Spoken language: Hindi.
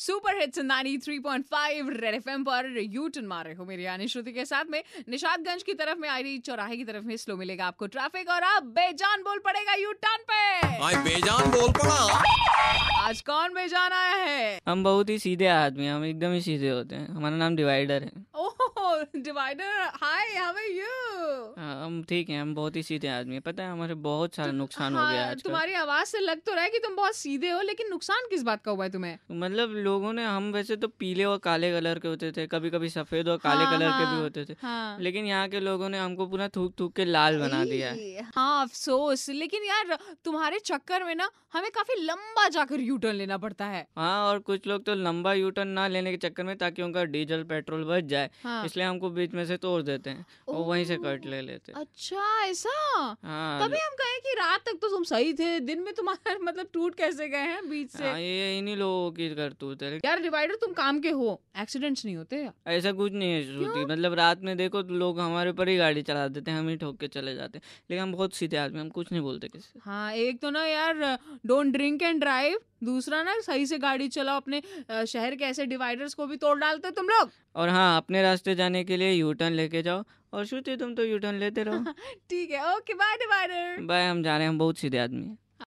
सुपर हिट्स 93.5 रेड एफएम पर यू टर्न मारे हो मेरी यानी श्रुति के साथ में निशादगंज की तरफ में आई रही चौराहे की तरफ में स्लो मिलेगा आपको ट्रैफिक और आप बेजान बोल पड़ेगा यू टर्न पे आई बेजान बोल पड़ा आज कौन बेजान आया है हम बहुत ही सीधे आदमी हैं, हम एकदम ही सीधे होते हैं हमारा नाम डिवाइडर है oh divider hi how are you हाँ, हम ठीक हैं हम बहुत ही सीधे आदमी हैं पता है हमारे बहुत सारा हाँ, नुकसान हो गया है आजकल हाँ, तुम्हारी आवाज से लग तो रहा है कि तुम बहुत सीधे हो लेकिन नुकसान किस बात का हुआ है तुम्हें मतलब लोगों ने हम वैसे तो पीले और काले कलर के होते थे कभी कभी सफेद और काले हाँ, कलर के हाँ, भी होते थे हाँ लेकिन यहाँ के लोगों ने हमको पूरा थूक थूक के लाल बना दिया है ई, हाँ अफसोस लेकिन यार तुम्हारे चक्कर में ना हमें काफी लंबा जाकर यू टर्न लेना पड़ता है हाँ और कुछ लोग तो लंबा यू टर्न ना लेने के चक्कर में ताकि उनका डीजल पेट्रोल बच जाए हाँ इसलिए हमको बीच में से तोड़ देते हैं और वहीं से कट ले लेते हैं। अच्छा ऐसा हाँ तभी हम कहें कि रात तक तो तुम सही थे दिन में तुम्हारा मतलब टूट कैसे गए हैं बीच से हाँ, ये इन्हीं लोगों की करतूत है यार डिवाइडर तुम काम के हो एक्सीडेंट्स नहीं होते ऐसा कुछ नहीं है श्रुति मतलब रात में देखो तो लोग हमारे ऊपर ही गाड़ी चला देते हैं हम ही ठोक के चले जाते हैं लेकिन हम बहुत सीधे आदमी हैं, हम कुछ नहीं बोलते किसी से हाँ एक तो ना यार डोंट ड्रिंक एंड ड्राइव दूसरा ना सही से गाड़ी चलाओ अपने अ, शहर के ऐसे डिवाइडर्स को भी तोड़ डालते हो तुम लोग और हाँ अपने रास्ते जाने के लिए यू टर्न लेके जाओ और श्रुति तुम तो यू टर्न लेते रहो ठीक है ओके बाय डिवाइडर बाय हम जा रहे हैं हम बहुत सीधे आदमी हैं